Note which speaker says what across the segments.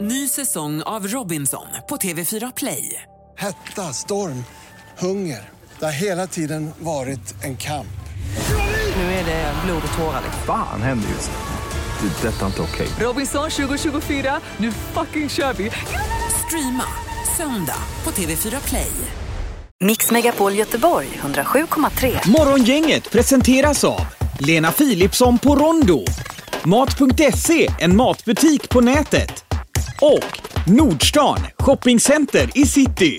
Speaker 1: Ny säsong av Robinson på TV4 Play.
Speaker 2: Hetta, storm, hunger. Det har hela tiden varit en kamp.
Speaker 1: Nu är det blod och tårar. liksom.
Speaker 3: Fan händer just nu. Det. är Detta är inte okej.
Speaker 1: Robinson 2024, nu fucking kör vi! Streama söndag på TV4 Play.
Speaker 4: Mix Megapol Göteborg 107,3.
Speaker 5: Morgongänget presenteras av Lena Philipsson på Rondo, Mat.se, en matbutik på nätet och Nordstan, shoppingcenter i city.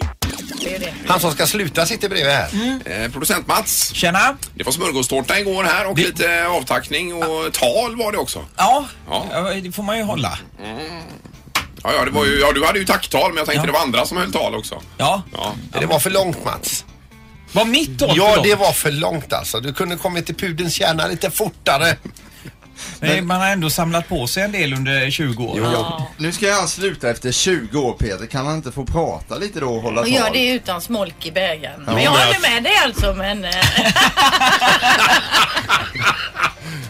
Speaker 6: Han som ska sluta sitter bredvid här.
Speaker 7: Eh, Producent Mats,
Speaker 8: Tjena!
Speaker 7: det var smörgåstårta igår här och lite avtackning och tal var det också.
Speaker 8: Ja,
Speaker 7: Ja.
Speaker 8: ja, det får man ju hålla.
Speaker 7: Ja, ja, det var ju, ja du hade ju tacktal men jag tänkte det var andra som höll tal också.
Speaker 8: Ja.
Speaker 7: Ja.
Speaker 6: Det var för långt Mats.
Speaker 8: Var mitt då?
Speaker 6: Ja,
Speaker 8: förlåt.
Speaker 6: det var för långt alltså. Du kunde kommit till pudelns kärna lite fortare.
Speaker 8: Nej, man har ändå samlat på sig en del under 20 år.
Speaker 9: Nu ska han sluta efter 20 år Peter, kan han inte få prata lite då och hålla
Speaker 10: Och
Speaker 9: tal?
Speaker 10: gör det utan smolk i bägaren. men jag håller med dig alltså men... eh,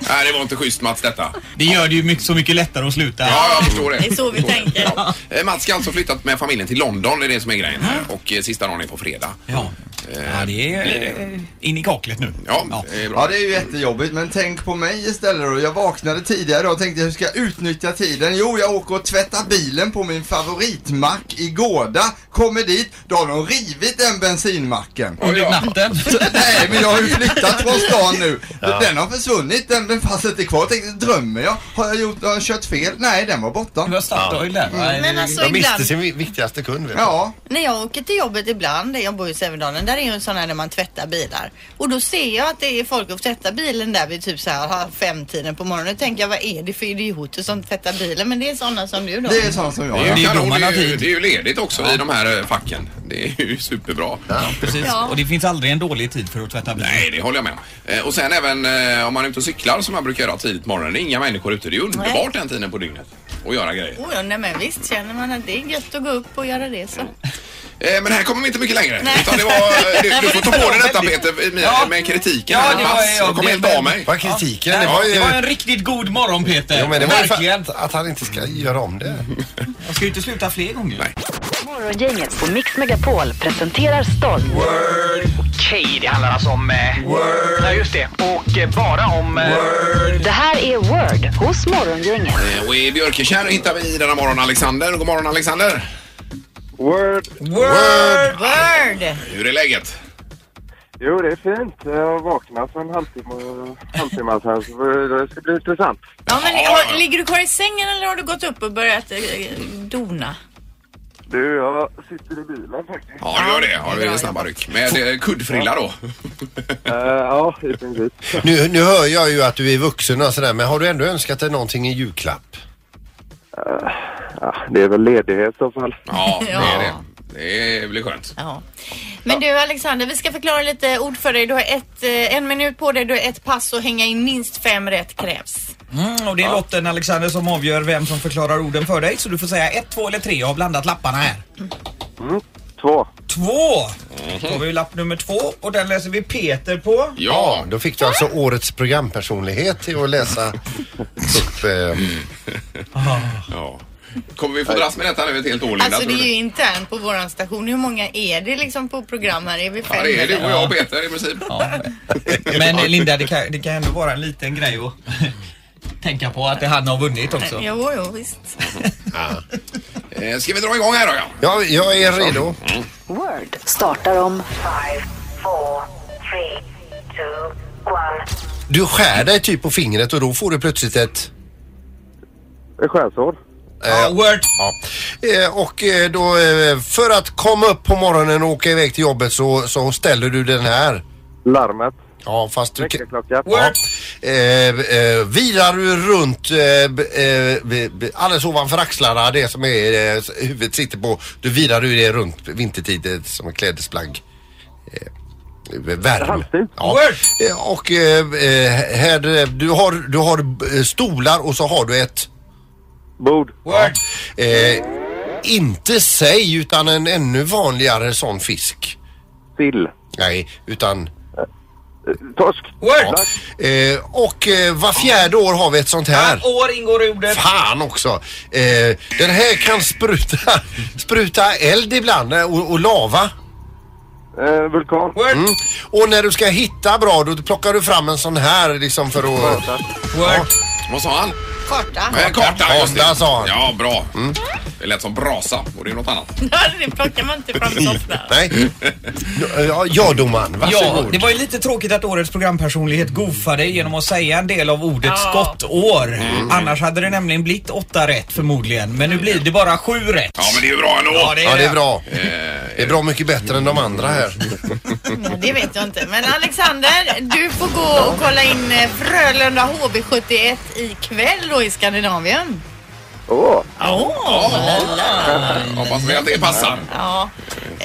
Speaker 7: Nej, det var inte schysst Mats detta.
Speaker 8: Det gör det ju mycket, så mycket lättare att sluta.
Speaker 7: Ja, jag förstår det.
Speaker 10: Det är så vi tänker.
Speaker 7: Ja. Eh, Mats ska alltså flyttat med familjen till London, det är det som är grejen. här. Och eh, sista dagen är på fredag.
Speaker 8: Ja. Ja, det är eh, in i kaklet nu.
Speaker 7: Ja, det är bra.
Speaker 9: Ja det är ju jättejobbigt men tänk på mig istället då. Jag vaknade tidigare idag och tänkte hur ska jag utnyttja tiden? Jo jag åker och tvättar bilen på min favoritmack i Gårda. Kommer dit, då har de rivit den bensinmacken.
Speaker 7: Oj, ja.
Speaker 8: Natten.
Speaker 9: Nej men jag har ju flyttat från stan nu. Den har försvunnit, den, den fanns inte kvar. Jag tänkte drömmer jag? Har jag, gjort, har jag kört fel? Nej den var borta.
Speaker 8: Du har startöl där. va?
Speaker 10: Men alltså
Speaker 6: De miste
Speaker 10: ibland,
Speaker 6: sin vi- viktigaste kund. Vet du.
Speaker 9: Ja.
Speaker 10: när jag åker till jobbet ibland, jag bor i Sävedalen, där är ju en sån här där man tvättar bilar. Och då ser jag att det är folk som tvättar bilen där vid typ så här halv femtiden på morgonen. Då tänker jag vad är det för idioter som tvättar bilen? Men det är sådana som du då.
Speaker 9: Det är sånt som jag.
Speaker 7: Det är
Speaker 9: ja.
Speaker 7: ju
Speaker 8: Det är då
Speaker 7: kanon,
Speaker 8: man
Speaker 7: det är
Speaker 8: har
Speaker 7: ju,
Speaker 8: tid.
Speaker 7: det är ju ledigt också i de här eh, facken. Det är ju superbra.
Speaker 8: Precis.
Speaker 10: Ja.
Speaker 8: Och det finns aldrig en dålig tid för att tvätta bilen.
Speaker 7: Nej, det håller jag med om. Eh, Och sen även eh, om man är ute och cyklar som man brukar göra tidigt på morgonen. Det är inga människor ute. Det är ju underbart den tiden på dygnet att göra grejer.
Speaker 10: Oh, ja, nej, men visst känner man att det är gött att gå upp och göra det så.
Speaker 7: Eh, Men här kommer vi inte mycket längre.
Speaker 10: Nej.
Speaker 7: Utan det var, eh, du, du får ta på dig detta Peter med,
Speaker 8: Ja.
Speaker 7: med
Speaker 8: Ja,
Speaker 7: kritiken. här.
Speaker 8: det var
Speaker 7: Mats,
Speaker 8: jag.
Speaker 7: jag kommer
Speaker 8: Det-
Speaker 7: helt av mig.
Speaker 6: Vad kritiken?
Speaker 8: Det
Speaker 6: Det var ju...
Speaker 8: var en riktigt god morgon Peter.
Speaker 6: Jo, men det var ju för
Speaker 8: Verkligen.
Speaker 6: att, att han inte ska göra om det.
Speaker 8: Jag ska ju inte sluta fler gånger.
Speaker 7: Nej.
Speaker 4: Morgongänget på Mix Megapol presenterar stolt.
Speaker 5: Okej, det handlar alltså om... Eh, Word. Ja, just det. Och eh, bara om... Eh,
Speaker 4: Det här är Word hos Morgongänget.
Speaker 7: Eh, Och i Björkekärr hittar vi denna morgon Alexander. God morgon Alexander.
Speaker 11: Word.
Speaker 8: Word!
Speaker 10: Word!
Speaker 7: Hur är läget?
Speaker 11: Jo, det är fint. Jag vaknade för en halvtimme, halvtimme sen, så det ska bli intressant.
Speaker 10: Ja, men
Speaker 7: Ja.
Speaker 10: har, ligger du kvar i sängen eller har du gått upp och börjat eh, dona?
Speaker 11: Du, jag sitter i bilen faktiskt.
Speaker 7: Ja, det gör det. Har vi snabba ryck. Med eh, kuddfrilla då.
Speaker 11: Eh, ja, i princip.
Speaker 6: Nu, nu hör jag ju att du är vuxen och sådär men har du ändå önskat dig någonting i julklapp?
Speaker 11: Ja, det är väl ledighet i så fall.
Speaker 7: Ja, det är det.
Speaker 10: Ja.
Speaker 7: Det blir skönt.
Speaker 10: Ja. Men du Alexander, vi ska förklara lite ord för dig. Du har ett, eh, en minut på dig, du har ett pass och hänga in minst fem rätt krävs.
Speaker 8: Mm, och det är lotten Alexander som avgör vem som förklarar orden för dig. Så du får säga ett, två eller tre. Jag har blandat lapparna här.
Speaker 11: Två.
Speaker 8: Två!
Speaker 6: Mhm.
Speaker 8: Då har vi lapp nummer två och den läser vi Peter på.
Speaker 7: Ja,
Speaker 6: Då fick du alltså årets programpersonlighet till att läsa upp... Eh,
Speaker 7: ja. Kommer vi få dras med detta nu ett helt år Linda?
Speaker 10: Alltså det
Speaker 7: tror
Speaker 10: är
Speaker 7: du?
Speaker 10: ju internt på våran station. Hur många är det liksom på program här? Är vi fem?
Speaker 7: Ja, det är du
Speaker 10: eller?
Speaker 7: och jag och Peter i princip.
Speaker 8: Men eh, Linda, det kan, det kan ändå vara en liten grej att tänka på att det han har vunnit också.
Speaker 10: Jo, jo, visst.
Speaker 7: Eh, Ska vi dra igång här då? Ja.
Speaker 6: ja, jag är redo.
Speaker 4: Word startar om
Speaker 6: Du skär dig typ på fingret och då får du plötsligt ett...
Speaker 11: Det är skärsår.
Speaker 8: Ja, word.
Speaker 6: Ja. Eh, Och eh, då eh, för att komma upp på morgonen och åka iväg till jobbet så, så ställer du den här.
Speaker 11: Larmet.
Speaker 6: Ja fast du...
Speaker 11: Väckarklocka.
Speaker 6: Ja. Eh, eh, vilar du runt eh, b- eh, b- b- alldeles ovanför axlarna, det som är eh, s- huvudet sitter på. Du vilar du det runt vintertid eh, som en klädesplagg. Eh, värm.
Speaker 11: Halsduk.
Speaker 6: Ja. Eh, Och eh, eh, här, eh, du har, du har eh, stolar och så har du ett
Speaker 11: Bord.
Speaker 8: Word.
Speaker 6: Eh, inte säg utan en ännu vanligare sån fisk.
Speaker 11: Sill.
Speaker 6: Nej, utan Torsk. Eh, och eh, var fjärde år har vi ett sånt här.
Speaker 8: År ingår i ordet.
Speaker 6: Fan också. Eh, den här kan spruta, spruta eld ibland eh, och, och lava. vulkan. Mm. Och när du ska hitta bra då plockar du fram en sån här liksom för att... Ja.
Speaker 7: Vad sa han?
Speaker 10: Karta.
Speaker 7: Eh, Karta, just det.
Speaker 6: Karta, sa han.
Speaker 7: Ja, bra. Det lät som brasa och det är något annat.
Speaker 10: det plockar man inte fram så ofta.
Speaker 6: Nej. Ja, ja domaren.
Speaker 8: Ja,
Speaker 6: Varsågod.
Speaker 8: det var ju lite tråkigt att årets programpersonlighet goofade genom att säga en del av ordet skottår.
Speaker 7: Mm.
Speaker 8: Annars hade det nämligen blivit åtta rätt förmodligen. Men nu blir det bara sju rätt.
Speaker 7: Ja, men det är ju bra ändå. Eh,
Speaker 8: Ja, det är,
Speaker 6: Ja, det är bra. Det är bra mycket bättre än de andra här.
Speaker 10: Ja, det vet jag inte. Men Alexander, du får gå och kolla in eh, Frölunda HB71 ikväll då i Skandinavien.
Speaker 11: Åh,
Speaker 10: Åh, la, la.
Speaker 7: Hoppas vi att det passar.
Speaker 10: Ja.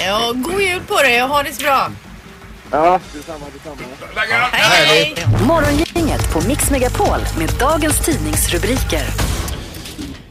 Speaker 10: Ja, god jul på dig och ha det så bra.
Speaker 11: ja, detsamma, detsamma.
Speaker 10: Hej, hej.
Speaker 4: Morgongänget på Mix Megapol med dagens tidningsrubriker.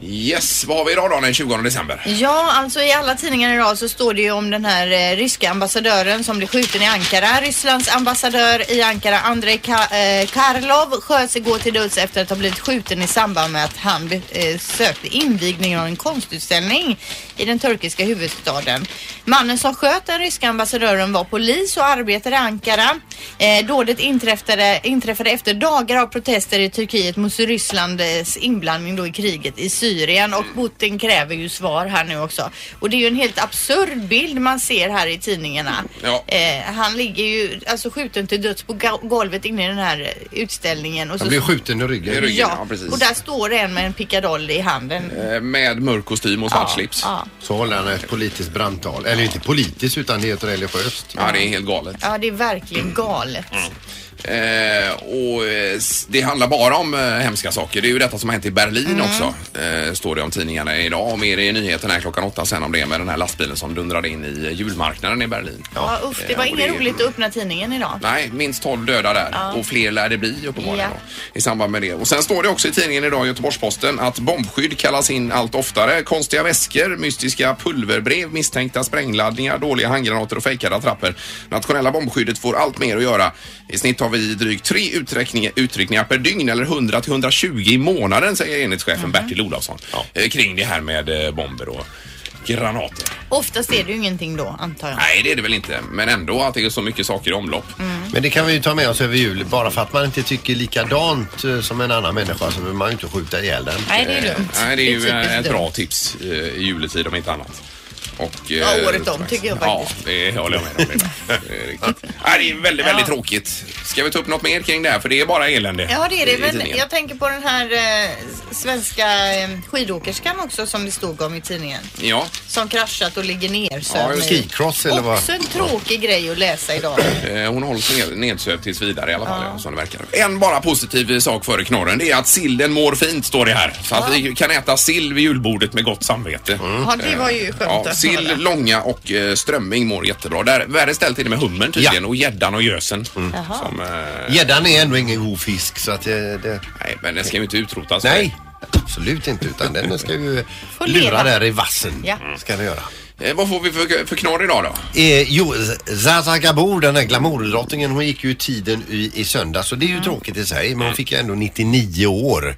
Speaker 7: Yes, vad har vi idag då den 20 december?
Speaker 10: Ja, alltså i alla tidningar idag så står det ju om den här eh, ryska ambassadören som blev skjuten i Ankara. Rysslands ambassadör i Ankara, Andrei Ka- eh, Karlov, sköts igår till döds efter att ha blivit skjuten i samband med att han eh, sökte invigningen av en konstutställning i den turkiska huvudstaden. Mannen som sköt den ryska ambassadören var polis och arbetade i Ankara. Eh, dådet inträffade, inträffade efter dagar av protester i Turkiet mot Rysslands inblandning då i kriget i Syrien och Putin kräver ju svar här nu också. Och det är ju en helt absurd bild man ser här i tidningarna.
Speaker 7: Ja.
Speaker 10: Eh, han ligger ju alltså skjuten till döds på ga- golvet inne i den här eh, utställningen. Och
Speaker 6: Han blev skjuten i ryggen.
Speaker 7: I ryggen, ja,
Speaker 10: Ja,
Speaker 7: precis.
Speaker 10: och där står en med en picadoll i handen.
Speaker 7: Eh, Med mörk kostym och svart slips. Ja.
Speaker 10: Ja.
Speaker 6: Så håller han ett politiskt brandtal. Eller inte politiskt utan det är ett religiöst.
Speaker 7: det är helt galet.
Speaker 10: ja, det är verkligen galet.
Speaker 7: Eh, och eh, s- det handlar bara om eh, hemska saker. Det är ju detta som har hänt i Berlin
Speaker 10: Mm.
Speaker 7: också. Eh, står det om tidningarna idag. Och mer i nyheterna här klockan åtta sen om det med den här lastbilen som dundrade in i julmarknaden i Berlin.
Speaker 10: Ja, usch, det
Speaker 7: Eh,
Speaker 10: var
Speaker 7: och
Speaker 10: inget roligt att öppna tidningen idag.
Speaker 7: Nej, minst 12 döda där och fler lär det bli uppenbarligen
Speaker 10: Ja.
Speaker 7: då, i samband med det. Och sen står det också i tidningen idag, Göteborgs-Posten, att bombskydd kallas in allt oftare. Konstiga väskor, mystiska pulverbrev, misstänkta sprängladdningar, dåliga handgranater och fejkade attrapper. Nationella bombskyddet får allt mer att göra. I snitt har vi drygt tre uträkningar, utryckningar per dygn eller 100 till 120 i månaden säger enhetschefen Bertil Olofsson eh, kring det här med eh, bomber och granater.
Speaker 10: Oftast är det ju ingenting då, antar jag.
Speaker 7: Nej, det är det väl inte, men ändå att det är så mycket saker i omlopp.
Speaker 6: Men det kan vi ju ta med oss över jul. Bara för att man inte tycker likadant eh, som en annan människa så behöver man ju inte skjuta ihjäl den.
Speaker 10: Nej, det är
Speaker 7: Eh,
Speaker 10: dumt.
Speaker 7: Nej, det är ju
Speaker 10: typiskt
Speaker 7: eh, ett
Speaker 10: dumt.
Speaker 7: bra tips eh, i juletid om inte annat. Och, eh,
Speaker 10: Ja, året om tycker jag faktiskt.
Speaker 7: Ja, det håller jag med om. Det är riktigt. Nej, det är väldigt, väldigt tråkigt. Ska vi ta upp något mer kring det här? För det är bara elände.
Speaker 10: Ja, det är det.
Speaker 7: i
Speaker 10: Men
Speaker 7: tidningen.
Speaker 10: jag tänker på den här eh, svenska eh, skidåkerskan också som det stod om i tidningen.
Speaker 7: Ja,
Speaker 10: Som kraschat och ligger ner.
Speaker 7: Ja,
Speaker 10: sömn i.
Speaker 6: Skicross eller vad?
Speaker 10: Också en tråkig grej att läsa idag.
Speaker 7: eh, hon hålls ned, nedsövd tills vidare i alla fall, ja. som det verkar. En bara positiv sak före knorren, det är att sillen mår fint, står det här. Så att vi kan äta sill vid julbordet med gott samvete.
Speaker 10: Ja, det var ju Mm. skönt
Speaker 7: Ja,
Speaker 10: att
Speaker 7: sill,
Speaker 10: höra.
Speaker 7: långa och eh, strömming mår jättebra. Där, värre ställt är det med hummen tydligen och gäddan och gösen.
Speaker 10: Mm.
Speaker 7: Som, eh,
Speaker 6: Gäddan är ändå ingen god fisk så att det... det...
Speaker 7: nej, men den ska ju inte utrotas.
Speaker 6: Nej, absolut inte. Utan den ska ju
Speaker 10: Får
Speaker 6: lura
Speaker 10: leva.
Speaker 6: där i vassen. Mm.
Speaker 10: Ja.
Speaker 6: Ska det göra.
Speaker 7: Eh, vad får vi för, för knorr idag då?
Speaker 6: Eh, jo, Z- Zaza Gabor, den här glamourdrottningen, hon gick ju i tiden i, i söndag så det
Speaker 10: Mm.
Speaker 6: är ju tråkigt i sig men hon fick ju ändå 99 år.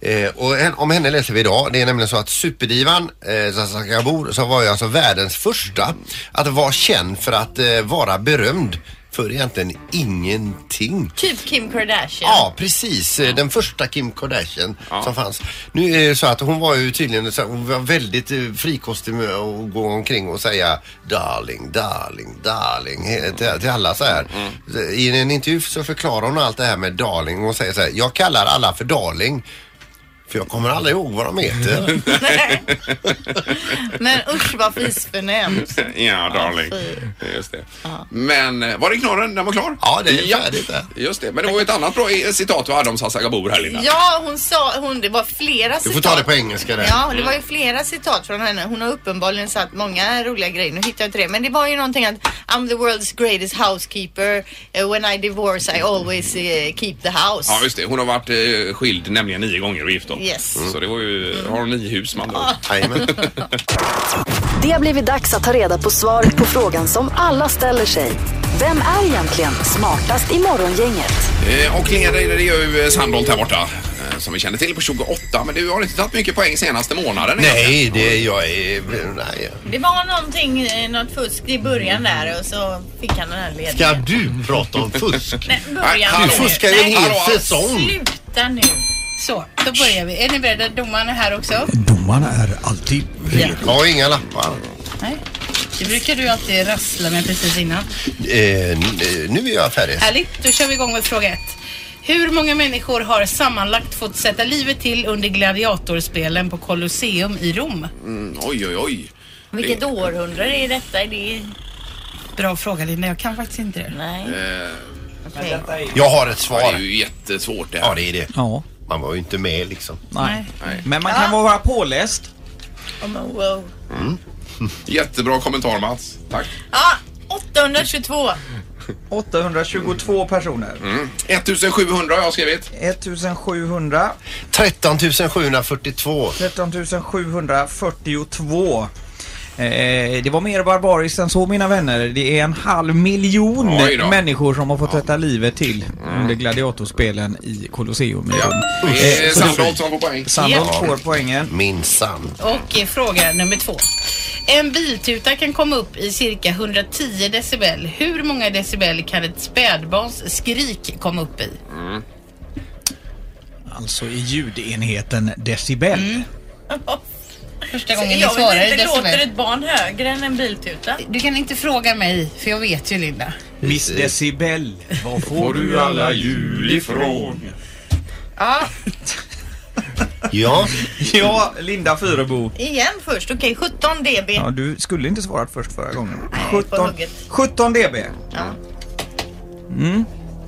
Speaker 6: Eh, och hen- om henne läser vi idag. Det är nämligen så att superdivan eh, Zaza Gabor som var ju alltså världens första att vara känd för att eh, vara berömd för egentligen ingenting.
Speaker 10: Typ Kim Kardashian.
Speaker 6: Ja, precis. Eh, Den första Kim Kardashian som fanns. Nu är det så att hon var ju tydligen så här, hon var väldigt eh, frikostig med att gå omkring och säga darling, darling, darling he- till, till alla så här.
Speaker 10: Mm.
Speaker 6: I en intervju så förklarar hon allt det här med darling och säger så här, jag kallar alla för darling. För jag kommer aldrig ihåg vad de heter.
Speaker 10: Men usch vad fisförnämt.
Speaker 7: ja, darling. Just det. Men eh, var det knorren? Den var klar?
Speaker 6: Ja, det är färdigt där.
Speaker 7: Just det. Men det var ju ett annat bra eh, citat du hade om Sassa Gabor här Linda.
Speaker 10: Ja, hon sa, hon, det var flera
Speaker 6: Du får ta det på engelska där.
Speaker 10: Ja, och det var ju flera citat från henne. Hon har uppenbarligen sagt många roliga grejer. Nu hittar jag inte det. Men det var ju någonting att I'm the world's greatest housekeeper. Eh, when I divorce I always eh, keep the house.
Speaker 7: Ja, just det. Hon har varit eh, skild nämligen nio gånger och gift då.
Speaker 10: Yes. Mm.
Speaker 7: Så det var ju, har ni hus man då?
Speaker 4: Det har blivit dags att ta reda på svaret på frågan som alla ställer sig. Vem är egentligen smartast i morgongänget?
Speaker 7: Eh, Och leder det gör ju eh, Sandholt här borta. eh, Som vi känner till på 28. Men du har inte tagit mycket poäng senaste månaden.
Speaker 6: Nej, det är jag. Är, nej.
Speaker 10: Det var någonting, eh, något fusk i början där och så fick han den här ledningen.
Speaker 6: Ska du prata om fusk?
Speaker 10: Nej, början.
Speaker 6: Du fuskar ju en
Speaker 10: Nej,
Speaker 6: hel
Speaker 10: hallå.
Speaker 6: säsong.
Speaker 10: Sluta nu. Så, då börjar vi. Är ni beredda? Domaren är här också.
Speaker 6: Domarna är alltid redo. Ja, inga lappar.
Speaker 10: Nej. Det brukar du alltid rassla med precis innan.
Speaker 6: Eh, n- eh, nu är jag färdig.
Speaker 12: Härligt, då kör vi igång med fråga ett. Hur många människor har sammanlagt fått sätta livet till under gladiatorspelen på Colosseum i Rom?
Speaker 7: Mm, oj, oj, oj.
Speaker 12: Vilket
Speaker 10: århundrade är detta? Är det...
Speaker 12: Bra fråga Linda, jag kan faktiskt inte det.
Speaker 10: Nej.
Speaker 7: Eh,
Speaker 6: Jag har ett svar.
Speaker 7: Ja, det är ju jättesvårt det här.
Speaker 6: Ja, det är det. Man var ju inte med liksom.
Speaker 7: Nej.
Speaker 8: Men man kan vara påläst.
Speaker 10: Oh, wow.
Speaker 7: Jättebra kommentar Mats. Tack.
Speaker 10: Ja, 822.
Speaker 8: 822 personer.
Speaker 7: Mm. 1700 har jag skrivit.
Speaker 8: 1700.
Speaker 6: 13 742.
Speaker 8: 13 742. Eh, det var mer barbariskt än så mina vänner. Det är en halv miljon
Speaker 7: Oj då. Mm.
Speaker 8: människor som har fått sätta livet till under gladiatorspelen i Colosseum i Rom.
Speaker 7: Det är
Speaker 8: Eh, så det-
Speaker 7: Sandholt som får poäng.
Speaker 8: Sandholt
Speaker 12: Ja.
Speaker 8: får poängen.
Speaker 6: Minsann.
Speaker 12: Och eh, fråga nummer två. En biltuta kan komma upp i cirka 110 decibel. Hur många decibel kan ett spädbarns skrik komma upp i?
Speaker 8: Alltså i ljudenheten decibel.
Speaker 6: Mm.
Speaker 12: Första gången ni
Speaker 10: jag
Speaker 12: svarar
Speaker 10: vet
Speaker 12: i
Speaker 10: inte, låter
Speaker 12: decibel.
Speaker 10: ett barn högre än en biltuta?
Speaker 12: Du kan inte fråga mig, för jag vet ju Linda.
Speaker 8: Miss decibel, var får
Speaker 7: du alla ljud ifrån?
Speaker 10: Ja,
Speaker 6: Ja.
Speaker 8: ja, Linda Fyrebo.
Speaker 10: igen först. Okej, 17 dB.
Speaker 8: Ja, du skulle inte svarat först förra gången.
Speaker 10: på
Speaker 8: 17,
Speaker 10: hugget.
Speaker 8: 17 dB.
Speaker 10: Ja.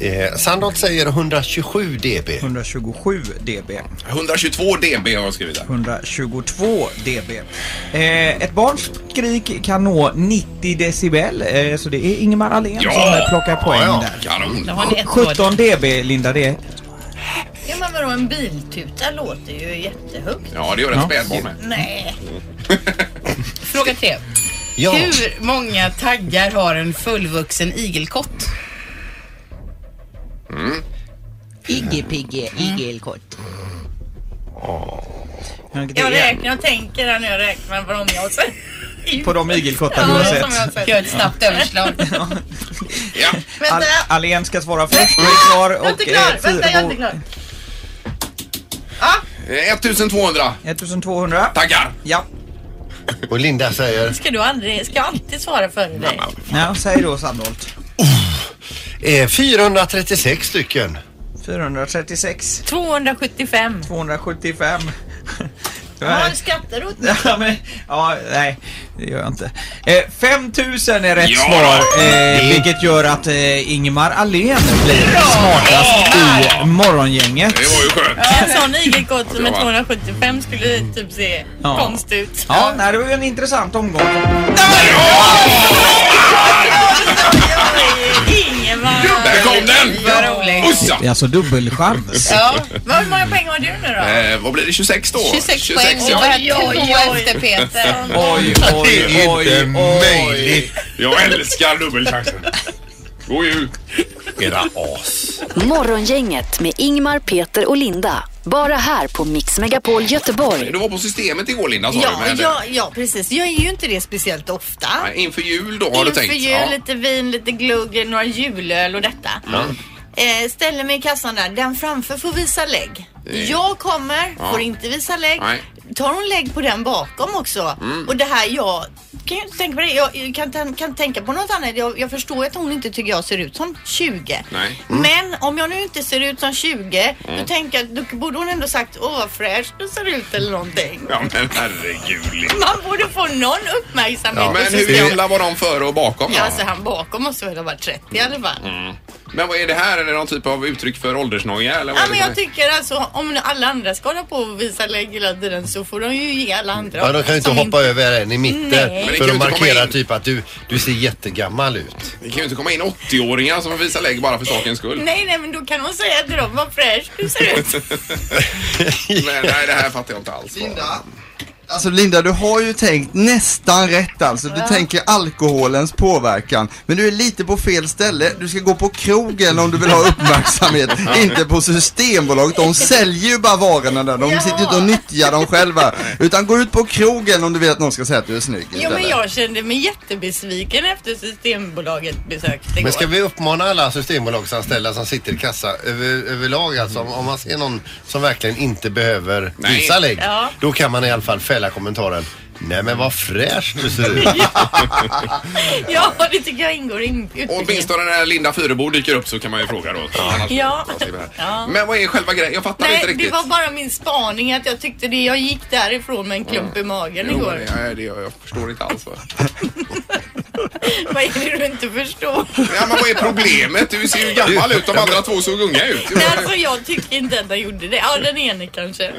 Speaker 6: Eh, Sandholt säger 127 dB.
Speaker 8: 127 dB.
Speaker 7: 122 dB har jag skrivit där.
Speaker 8: 122 dB. Eh, ett barns skrik kan nå 90 decibel, eh, så det är Ingemar Ahlén
Speaker 7: Ja!
Speaker 8: som eh, plockar poäng
Speaker 7: Ja, ja.
Speaker 8: där.
Speaker 7: Kanon.
Speaker 10: Då har ni ett
Speaker 8: Sj- 17 dB, Linda, det är...
Speaker 10: Ja, men vadå, en biltuta låter ju jättehögt.
Speaker 7: Ja, det gör ett spädbarn med.
Speaker 10: Nej.
Speaker 12: Fråga tre.
Speaker 6: Ja.
Speaker 12: Hur många taggar har en fullvuxen igelkott?
Speaker 13: Igge Pigge
Speaker 10: Mm.
Speaker 13: Igelkott.
Speaker 10: Jag räknar och tänker här nu. Jag räknar på dem jag ser.
Speaker 8: På de igelkottar du
Speaker 10: Ja,
Speaker 8: har
Speaker 10: som jag har
Speaker 8: sett.
Speaker 10: sett.
Speaker 12: Gör ett snabbt överslag.
Speaker 10: Vänta,
Speaker 8: Al- Ahlén ska svara först. Det är klar
Speaker 10: jag är inte
Speaker 8: och...
Speaker 10: klar.
Speaker 8: eh,
Speaker 10: Vänta, jag är
Speaker 8: Fyrebo-
Speaker 10: inte klar.
Speaker 7: Eh, 1200.
Speaker 8: 1200.
Speaker 7: Tackar.
Speaker 8: Ja.
Speaker 6: Och Linda säger
Speaker 10: Ska du aldrig, ska jag alltid svara före dig?
Speaker 8: ja, säg då Sandholt.
Speaker 6: eh, 436 stycken.
Speaker 8: 436.
Speaker 10: 275.
Speaker 8: 275.
Speaker 10: Ja, du skrattar åt mig.
Speaker 8: Ja, men, ja, nej, det gör jag inte. Eh, 5000 är rätt
Speaker 7: Ja!
Speaker 8: svar, eh, vilket gör att eh, Ingemar Ahlén blir smartast i Morgongänget.
Speaker 7: Det var ju skönt.
Speaker 10: En sån igelkott som är
Speaker 7: Ja.
Speaker 10: 275 skulle typ se
Speaker 8: Ja.
Speaker 10: konst ut.
Speaker 8: Ja, nej, det var ju en intressant omgång.
Speaker 10: Ingemar!
Speaker 7: Där kom den!
Speaker 12: Vad roligt.
Speaker 7: Ossa!
Speaker 8: Det är alltså dubbelchans.
Speaker 12: Ja,
Speaker 10: Vad- Hur många poäng har du nu då?
Speaker 7: Eh, vad blir det? 26 då?
Speaker 12: 26, poäng och
Speaker 7: ja.
Speaker 12: bara
Speaker 10: Oj, oj,
Speaker 12: två
Speaker 10: oj.
Speaker 12: efter Peter.
Speaker 8: Oj,
Speaker 6: Det
Speaker 8: oj,
Speaker 6: är
Speaker 8: oj,
Speaker 6: inte
Speaker 8: oj.
Speaker 6: möjligt.
Speaker 7: Jag älskar dubbelchansen. God jul!
Speaker 6: Era as.
Speaker 4: Morgongänget med Ingmar, Peter och Linda. Bara här på Mix Megapol Göteborg.
Speaker 7: Du var på systemet igår Linda sa du.
Speaker 10: Ja,
Speaker 7: men-
Speaker 10: ja, ja, precis. Jag är ju inte det speciellt ofta.
Speaker 7: Nej, Inför jul då har du
Speaker 10: Inför
Speaker 7: tänkt?
Speaker 10: jul,
Speaker 7: Ja.
Speaker 10: lite vin, lite glugg, några julöl och detta. Eh, ställer mig i kassan där. Den framför får visa lägg.
Speaker 7: Det-
Speaker 10: Jag kommer,
Speaker 7: Ja.
Speaker 10: får inte visa lägg.
Speaker 7: Nej. Mm.
Speaker 10: Tar hon lägg på den bakom också. Och det här, jag kan ju inte tänka på det. Jag jag kan, tän- kan tänka på något annat. Jag, jag förstår ju att hon inte tycker jag ser ut som 20.
Speaker 7: Nej. Mm.
Speaker 10: Men om jag nu inte ser ut som 20, då tänker jag, då borde hon ändå sagt, åh vad fräsch du ser ut eller någonting.
Speaker 7: Ja men herregud Linda.
Speaker 10: Man borde få någon uppmärksamhet.
Speaker 7: Men
Speaker 10: i
Speaker 7: hur
Speaker 10: systemet.
Speaker 7: gamla var de före och bakom?
Speaker 10: Ja,
Speaker 7: då?
Speaker 10: alltså han bakom måste väl ha varit 30 i alla fall.
Speaker 7: Men vad är det här? Är det någon typ av uttryck för åldersnoja eller vad
Speaker 10: Ja,
Speaker 7: är det
Speaker 10: men
Speaker 7: för
Speaker 10: jag tycker alltså om nu alla andra ska hålla på och visa lägg hela tiden så får de ju ge alla andra.
Speaker 6: Ja, de kan ju inte
Speaker 10: som
Speaker 6: hoppa över en i mitten
Speaker 10: Nej. Men
Speaker 6: för
Speaker 10: det kan ju
Speaker 6: att
Speaker 10: inte komma
Speaker 6: markera
Speaker 10: in.
Speaker 6: typ att du, du ser jättegammal ut.
Speaker 7: Det kan ju inte komma in 80-åringar som visar lägg bara för sakens skull.
Speaker 10: Nej, nej, men då kan man säga till dem vad fräsch du ser ut.
Speaker 7: Men nej, det här fattar jag inte alls. Linda.
Speaker 9: Alltså Linda, du har ju tänkt nästan rätt alltså. Du
Speaker 10: Ja.
Speaker 9: tänker alkoholens påverkan. Men du är lite på fel ställe. Du ska gå på krogen om du vill ha uppmärksamhet. inte på Systembolaget. De säljer ju bara varorna där. De sitter ju inte och nyttjar dem själva. Utan gå ut på krogen om du vill att någon ska säga att du är snygg
Speaker 10: Jo, men
Speaker 9: istället.
Speaker 10: jag kände mig jättebesviken efter Systembolaget besökte igår.
Speaker 6: Men ska vi uppmana alla systembolagsanställda som sitter i kassa över, överlag alltså om, om man ser någon som verkligen inte behöver
Speaker 10: Nej.
Speaker 6: visa lägg.
Speaker 10: Ja.
Speaker 6: Då kan man i alla fall fälla kommentaren. Nej men vad fräsch du ser ut.
Speaker 10: Ja, det tycker jag ingår i utbildningen.
Speaker 7: Åtminstone när Linda Fyrebo dyker upp så kan man ju fråga då. Annars-
Speaker 10: Ja.
Speaker 7: annars är vi här.
Speaker 10: Ja.
Speaker 7: Men vad är själva grejen? Jag fattar inte
Speaker 10: Nej,
Speaker 7: riktigt.
Speaker 10: det var bara min spaning att jag tyckte det. Jag gick därifrån med en klump
Speaker 6: Mm.
Speaker 10: i magen
Speaker 7: Jo,
Speaker 10: igår.
Speaker 7: det- Nej, det, jag, jag förstår inte alls. va.
Speaker 10: Vad är det du inte förstår?
Speaker 7: Ja, men vad är problemet? Du ser ju gammal ut. De andra två såg unga ut.
Speaker 10: Nej, alltså jag tycker inte att han gjorde det. Ja, den ene kanske.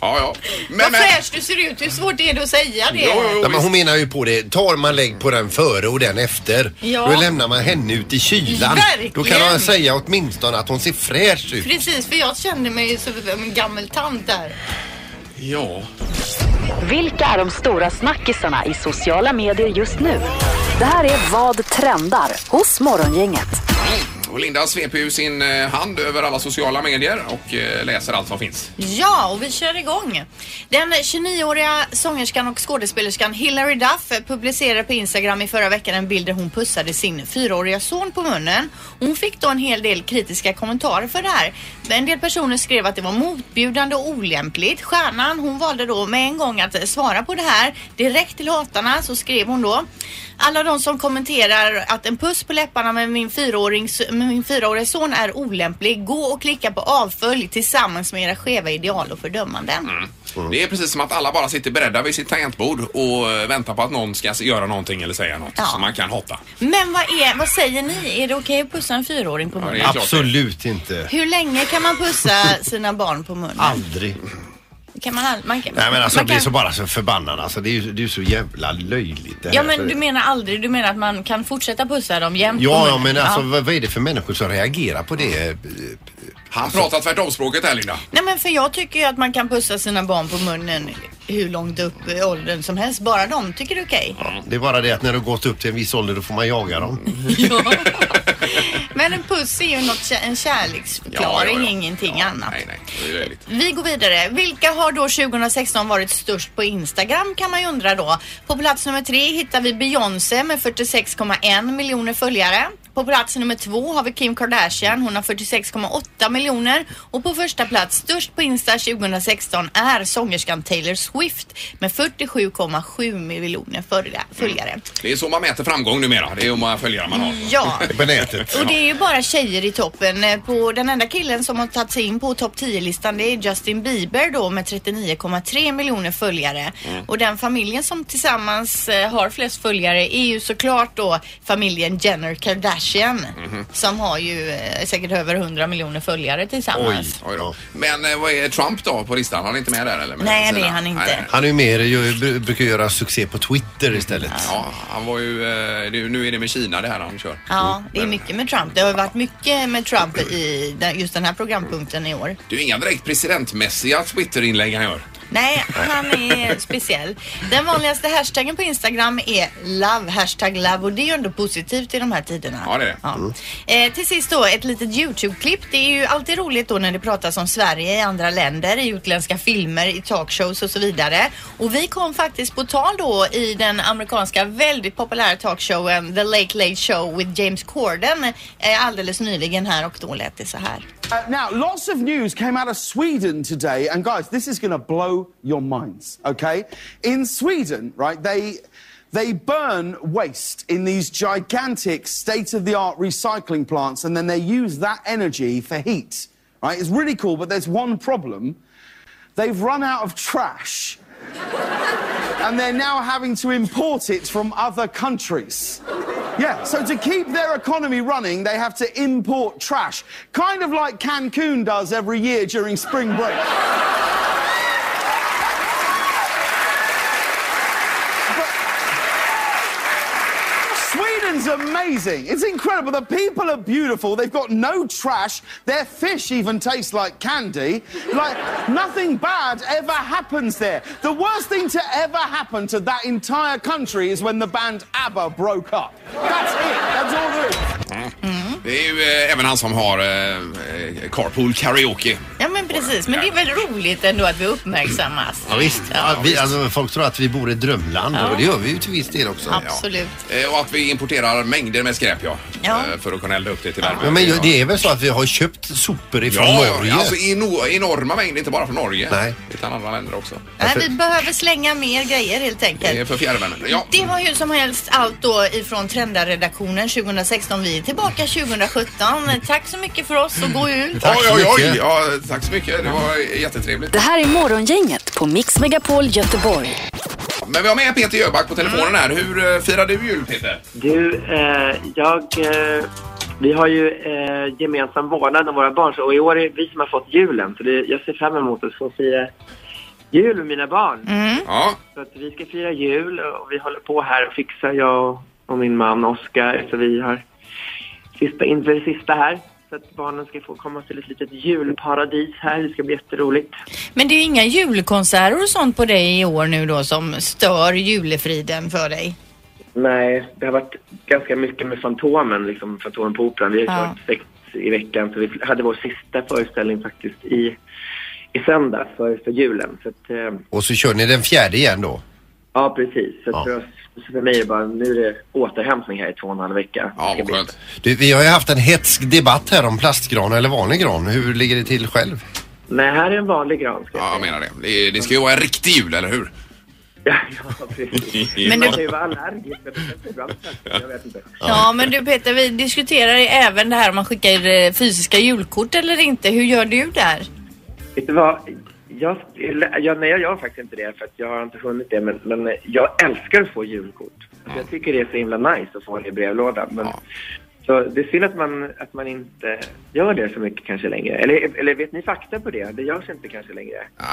Speaker 7: Ja, ja.
Speaker 10: Vad fräsch du ser ut. Hur svårt är det att säga det?
Speaker 6: Nej, men hon menar ju på det, tar man lägg på den före och den efter
Speaker 10: Ja.
Speaker 6: då lämnar man henne ut i kylan.
Speaker 10: Verkligen.
Speaker 6: Då kan man säga åtminstone att hon ser fräsch ut.
Speaker 10: Precis, för jag kände mig ju som en gammal tant där.
Speaker 7: Ja.
Speaker 4: Vilka är de stora snackisarna i sociala medier just nu? Det här är Vad trendar hos Morgongänget.
Speaker 7: Mm. Och Linda sveper ju sin eh, hand över alla sociala medier och eh, läser allt som finns.
Speaker 10: Ja, och vi kör igång. Den 29-åriga sångerskan och skådespelerskan Hilary Duff publicerade på Instagram i förra veckan en bild där hon pussade sin fyraåriga son på munnen. Hon fick då en hel del kritiska kommentarer för det här. En del personer skrev att det var motbjudande och olämpligt. Stjärnan, hon valde då med en gång att svara på det här direkt till hatarna så skrev hon då alla de som kommenterar att en puss på läpparna med min, fyraårings, med min fyraåriga son är olämplig. Gå och klicka på avfölj tillsammans med era skeva ideal och
Speaker 6: Mm.
Speaker 10: fördömanden.
Speaker 7: Mm. Det är precis som att alla bara sitter beredda vid sitt tangentbord och eh, väntar på att någon ska göra någonting eller säga något
Speaker 10: Ja.
Speaker 7: som man kan hata.
Speaker 10: Men vad, är, vad säger ni? Är det okej att pussa en fyraåring på munnen?
Speaker 6: Absolut inte.
Speaker 10: Hur länge kan man pussa sina barn på munnen?
Speaker 6: Aldrig.
Speaker 10: Kan man, all- man kan,
Speaker 6: Nej men alltså
Speaker 10: man
Speaker 6: jag blir
Speaker 10: kan,
Speaker 6: så bara så förbannad alltså. Det är ju, det är ju så jävla löjligt det här. alltså.
Speaker 10: Ja men du menar aldrig, du menar att man kan fortsätta pussa dem jämt på
Speaker 6: Ja, ja
Speaker 10: munnen?
Speaker 6: men alltså
Speaker 10: Ja.
Speaker 6: vad, vad är det för människor som reagerar på det? Eh, alltså,
Speaker 7: Han pratar tvärtom språket här Linda.
Speaker 10: Nej men för jag tycker ju att man kan pussa sina barn på munnen hur långt upp i åldern som helst. Bara de tycker det är okej.
Speaker 6: Det är bara det att när du gått upp till en viss ålder då får man jaga dem.
Speaker 10: Men en puss är ju något, kä- en kärleksförklaring,
Speaker 6: Ja, ja, ja.
Speaker 10: ingenting annat.
Speaker 7: Nej, nej. Det är ju väldigt-
Speaker 10: Vi går vidare. Vilka har då 2016 varit störst på Instagram kan man ju undra då. På plats nummer tre hittar vi Beyoncé med 46,1 miljoner följare. På plats nummer två har vi Kim Kardashian. Hon har 46,8 miljoner. Och på första plats, störst på Insta 2016, är sångerskan Taylor Swift med 47,7 miljoner följa- följare.
Speaker 7: Det är så man mäter framgång numera. Det är hur många följare man har.
Speaker 10: Ja.
Speaker 6: På nätet.
Speaker 10: Mm. Och det är ju bara tjejer i toppen. Eh, På den enda killen som har tagit sig in på topp 10-listan det är Justin Bieber då med 39,3 miljoner följare.
Speaker 12: Mm.
Speaker 10: Och den familjen som tillsammans eh, har flest följare är ju såklart då familjen Jenner Kardashian. Mhm. Som har ju eh, säkert över 100 miljoner följare tillsammans.
Speaker 7: Oj då. Men eh, vad är Trump då på listan? Han är inte med där eller? Med
Speaker 10: Nej,
Speaker 7: sina-
Speaker 10: det är han inte.
Speaker 7: Nej,
Speaker 6: Han är ju mer, ju, br- brukar göra succé på Twitter istället.
Speaker 7: Ja, han var ju... eh, det- Nu är det med Kina det här han kör.
Speaker 10: Ja, det är mycket med Trump. Det har ju varit mycket med Trump i den- just den här programpunkten i år.
Speaker 7: Det är ju inga direkt presidentmässiga Twitterinlägg han gör.
Speaker 10: Nej, han är speciell. Den vanligaste hashtaggen på Instagram är love, hashtag love och det är ju ändå positivt i de här tiderna.
Speaker 7: Ja, det är det.
Speaker 6: Mm.
Speaker 10: Eh, till sist då, ett litet YouTube-klipp. Det är ju alltid roligt då när det pratas om Sverige i andra länder, i utländska filmer, i talkshows och så vidare. Och vi kom faktiskt på tal då i den amerikanska väldigt populära talkshowen The Late Late Show with James Corden eh, alldeles nyligen här och då lät det så här.
Speaker 14: Uh, now, lots of news came out of Sweden today, and guys, this is going to blow your minds. Okay, in Sweden, right? They they burn waste in these gigantic state-of-the-art recycling plants, and then they use that energy for heat. Right? It's really cool, but there's one problem: they've run out of trash, and they're now having to import it from other countries.
Speaker 15: Yeah, so to keep their economy running, they have to import trash, kind of like Cancun does every year during spring break. Sweden's amazing. It's incredible. The people are beautiful. They've got no trash. Their fish even tastes like candy. Like, nothing bad ever happens there. The worst thing to ever happen to that entire country is when the band ABBA broke up. That's it. That's all there is.
Speaker 7: Det är ju eh, även han som har eh, eh, carpool karaoke.
Speaker 10: Ja men precis, men det är väl roligt ändå att vi uppmärksammas.
Speaker 6: Ja, visst. Ja, vi, alltså, folk tror att vi bor i ett drömland
Speaker 10: Ja.
Speaker 6: och det gör vi ju till viss del också.
Speaker 10: Absolut.
Speaker 7: Eh, Och att vi importerar mängder med skräp ja.
Speaker 10: Ja.
Speaker 7: Eh, För att kunna elda upp det till värme.
Speaker 6: Ja, men ju- det är väl så att vi har köpt sopor ifrån
Speaker 7: ja, ja,
Speaker 6: Norge?
Speaker 7: Alltså eno- enorma mängder, inte bara från Norge.
Speaker 6: Nej.
Speaker 7: Utan andra länder också.
Speaker 16: Nej, vi behöver slänga mer grejer helt enkelt.
Speaker 7: Eh, För fjärrvärme. Ja.
Speaker 16: Det var ju som helst allt då ifrån Trendaredaktionen 2016. Vi är tillbaka 2017. Tack så mycket för oss och gå ut.
Speaker 7: Tack oj, oj, oj. Ja, tack så mycket. Det var jättetrevligt.
Speaker 4: Det här är Morgongänget på Mix Megapol Göteborg.
Speaker 7: Men vi har med Peter Jöback på telefonen här. Hur eh, firar du jul, Peter?
Speaker 9: Du, eh, jag... Eh, vi har ju eh, gemensam vårdnad om våra barn så, och i år är det vi som har fått julen. Så det, jag ser fram emot att få fira jul med mina barn.
Speaker 7: Ja.
Speaker 9: Så att vi ska fira jul och vi håller på här och fixar, jag och, och min man Oskar. Så vi har sista, inför det sista här. Så att barnen ska få komma till ett litet julparadis här. Det ska bli jätteroligt.
Speaker 10: Men det är ju inga julkonserter och sånt på dig i år nu då som stör julefriden för dig.
Speaker 9: Nej, det har varit ganska mycket med Fantomen, liksom Fantomen på Operan. Vi har
Speaker 10: Ja.
Speaker 9: kört sex i veckan, så vi hade vår sista föreställning faktiskt i, i söndag för, för julen. Så att, eh,
Speaker 6: Och så kör ni den fjärde igen då?
Speaker 9: ja, precis. Så att För, oss, för mig är det bara, nu är det återhämtning här i två och en halv vecka. Ja, vad skönt.
Speaker 6: Du, vi har ju haft en hetsk debatt här om plastgran eller vanlig gran. Hur ligger det till själv?
Speaker 9: Nej, här är en vanlig gran. Ska
Speaker 7: Ja, jag menar det. det. Det ska ju vara en riktig jul, eller hur?
Speaker 9: ja, precis.
Speaker 7: Men
Speaker 9: Men
Speaker 7: du-
Speaker 9: Man kan ju vara allergisk, men det känns bra. Jag vet inte.
Speaker 10: Ja men du Peter, vi diskuterar ju även det här om man skickar eh, fysiska julkort eller inte. Hur gör du där?
Speaker 9: Vet du vad? Jag, jag, nej, jag gör faktiskt inte det för att jag har inte hunnit det. Men, men jag älskar att få julkort. Alltså, jag tycker det är så himla nice att få det i brevlådan. Men, Så det är synd att man, att man inte gör det så mycket kanske längre. Eller, eller vet ni fakta på det? Det görs inte kanske längre.
Speaker 7: Ja,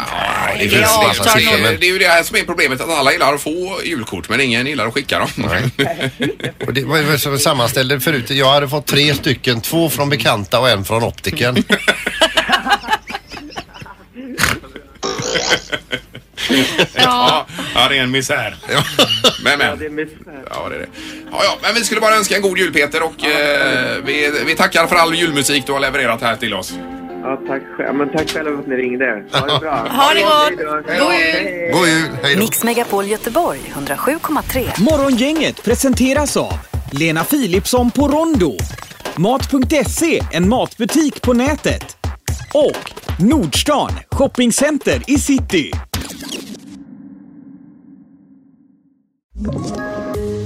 Speaker 9: det finns
Speaker 7: det,
Speaker 9: massa siffror, men-
Speaker 7: det är ju det här som är problemet, att alla gillar att få julkort men ingen gillar att skicka dem.
Speaker 6: Och det var ju som jag sammanställde förut. Jag hade fått tre stycken. Två från bekanta och en från optikern.
Speaker 7: ja. ja, det är en misär. Men, men. Ja, det är misär. Ja, det är det. Ja, ja, men vi skulle bara önska en god jul Peter och eh, vi, vi tackar för all julmusik du har levererat här till oss.
Speaker 9: Ja, tack, själv- men tack själv för att ni ringde. Ha det bra.
Speaker 4: Ha det gott.
Speaker 9: Hej då.
Speaker 4: God
Speaker 9: Hej.
Speaker 6: God jul! Hej
Speaker 4: Mix Megapol Göteborg 107,3.
Speaker 8: Morgongänget presenteras av Lena Philipsson på Rondo, Mat.se, E, en matbutik på nätet och Nordstan, shoppingcenter i city.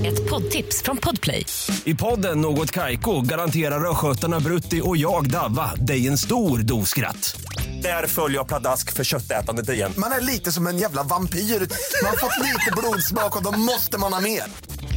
Speaker 17: Ett poddtips från Podplay. I podden Något Kaiko garanterar östgötarna Brutti och jag, Davva, dig en stor dos skratt. Där följer jag pladask för köttätandet igen.
Speaker 18: Man är lite som en jävla vampyr. Man har fått lite blodsmak och då måste man ha mer.